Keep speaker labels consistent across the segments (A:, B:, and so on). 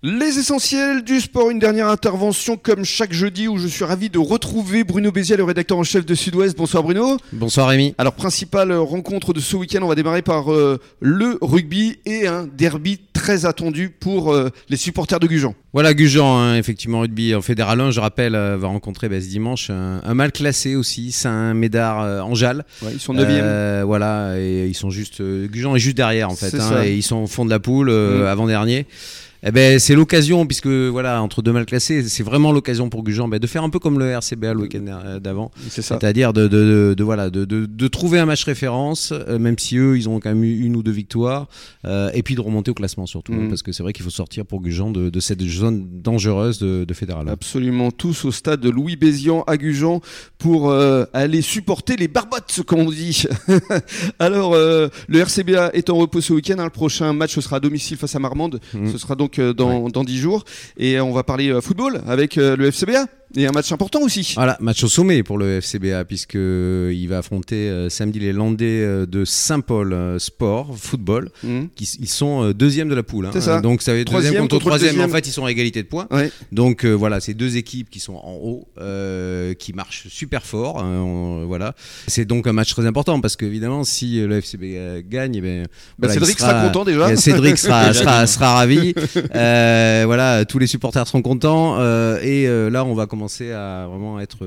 A: Les essentiels du sport, une dernière intervention comme chaque jeudi où je suis ravi de retrouver Bruno Béziat, le rédacteur en chef de Sud-Ouest. Bonsoir Bruno.
B: Bonsoir Rémi.
A: Alors principale rencontre de ce week-end, on va démarrer par euh, le rugby et un derby très attendu pour euh, les supporters de Gujan.
B: Voilà, Gujan, hein, effectivement, rugby en fédéral 1, je rappelle, euh, va rencontrer bah, ce dimanche un, un, mal classé aussi, Saint-Médard euh, en Jal.
A: Ouais, ils sont 9e.
B: Euh, voilà, et ils sont juste. euh, Gujan est juste derrière, en fait. Hein, et ils sont au fond de la poule, mmh. avant-dernier. Eh ben, c'est l'occasion, puisque voilà, entre deux mal classés, c'est vraiment l'occasion pour Gujan ben, de faire un peu comme le RCBA le week-end euh, d'avant. C'est-à-dire de, de, de, de, voilà, de, trouver un match référence, euh, même si eux, ils ont quand même eu une ou deux victoires, euh, et puis de remonter au classement surtout, mmh. hein, parce que c'est vrai qu'il faut sortir pour Gujan de cette zone dangereuse de, de Fédéral.
A: Absolument, tous au stade de Louis Bézian à Gujan pour euh, aller supporter les barbottes, comme on dit. Alors, euh, le RCBA est en repos ce week-end. Hein, le prochain match ce sera à domicile face à Marmande. Mmh. Ce sera donc euh, dans, ouais. dans 10 jours. Et euh, on va parler football avec euh, le FCBA. Et un match important aussi.
B: Voilà, match au sommet pour le FCBA, puisqu'il va affronter euh, samedi les Landais euh, de Saint-Paul euh, Sport, football, mmh.
A: Bah,
B: qui ils sont deuxième de la poule. Hein,
A: c'est ça.
B: Donc ça va être troisième deuxième contre, contre troisième. troisième. En fait, ils sont à égalité de points. Ouais. Donc euh, voilà, c'est deux équipes qui sont en haut, euh, qui marchent super fort. hein, On, voilà. C'est donc un match très important, parce qu'évidemment, si euh, le FCBA gagne, eh ben,
A: bah, voilà, Cédric sera, sera, content déjà.
B: Cédric sera, sera, sera, ravi. Euh, voilà, tous les supporters seront contents. Euh, et là, on va commencer commencer à vraiment être.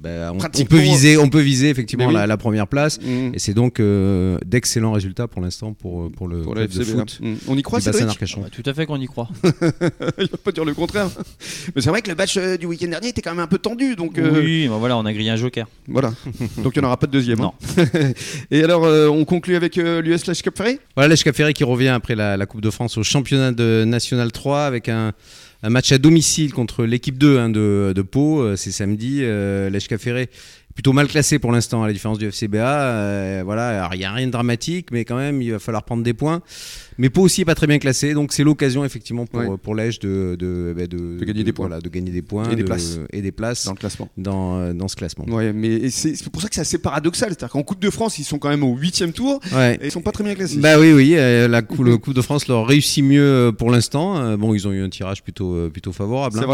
B: Bah, on, on, peut viser, on peut viser effectivement oui. la, la, première place. Mmh. Et c'est donc euh, d'excellents résultats pour l'instant pour, euh, pour le
A: pour
B: club de foot.
A: Mmh. On y croit,
B: c'est ah
C: bah, Tout à fait qu'on y croit.
A: Il faut pas dire le contraire. Mais c'est vrai que le match euh, du week-end dernier était quand même un peu tendu. Donc, euh...
C: Oui, bah voilà, on a grillé un joker.
A: Voilà. donc il n'y en aura pas de deuxième.
C: Non.
A: Hein. et alors, on conclut avec euh, l'US Lèche Cap Ferré
B: Voilà, Lèche Cap Ferré qui revient après la, la Coupe de France au championnat de National 3 avec un un match à domicile contre l'équipe 2 hein, de, de, Pau, c'est samedi, euh, Ferré plutôt mal classé pour l'instant, à la différence du FCBA. Euh, voilà, il n'y a rien de dramatique, mais quand même, il va falloir prendre des points. Mais Pau aussi n'est pas très bien classé, donc c'est l'occasion effectivement pour, ouais. pour l'Ège de, de,
A: de, de, gagner des points.
B: Voilà, de gagner des points
A: et des, places.
B: et des places
A: dans le classement.
B: Dans, dans ce classement.
A: Ouais, mais c'est pour ça que c'est assez paradoxal. C'est-à-dire qu'en Coupe de France, ils sont quand même au 8 tour ouais. et ils sont pas très bien classés.
B: Bah oui, oui, euh, la coupe, le Coupe de France leur réussit mieux pour l'instant. Euh, bon, ils ont eu un tirage plutôt, euh, plutôt favorable.
A: C'est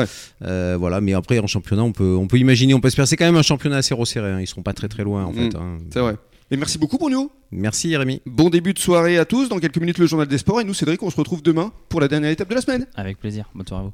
A: hein.
B: vrai. voilà, mais après, en championnat, on peut, on peut imaginer, on peut espérer. C'est quand même un championnat assez serré. Hein. Ils seront pas très très loin en mmh, fait. Hein.
A: C'est vrai. Et merci beaucoup pour nous.
B: Merci Rémi.
A: Bon début de soirée à tous. Dans quelques minutes le journal des sports et nous Cédric, on se retrouve demain pour la dernière étape de la semaine.
C: Avec plaisir. Bonne soirée à vous.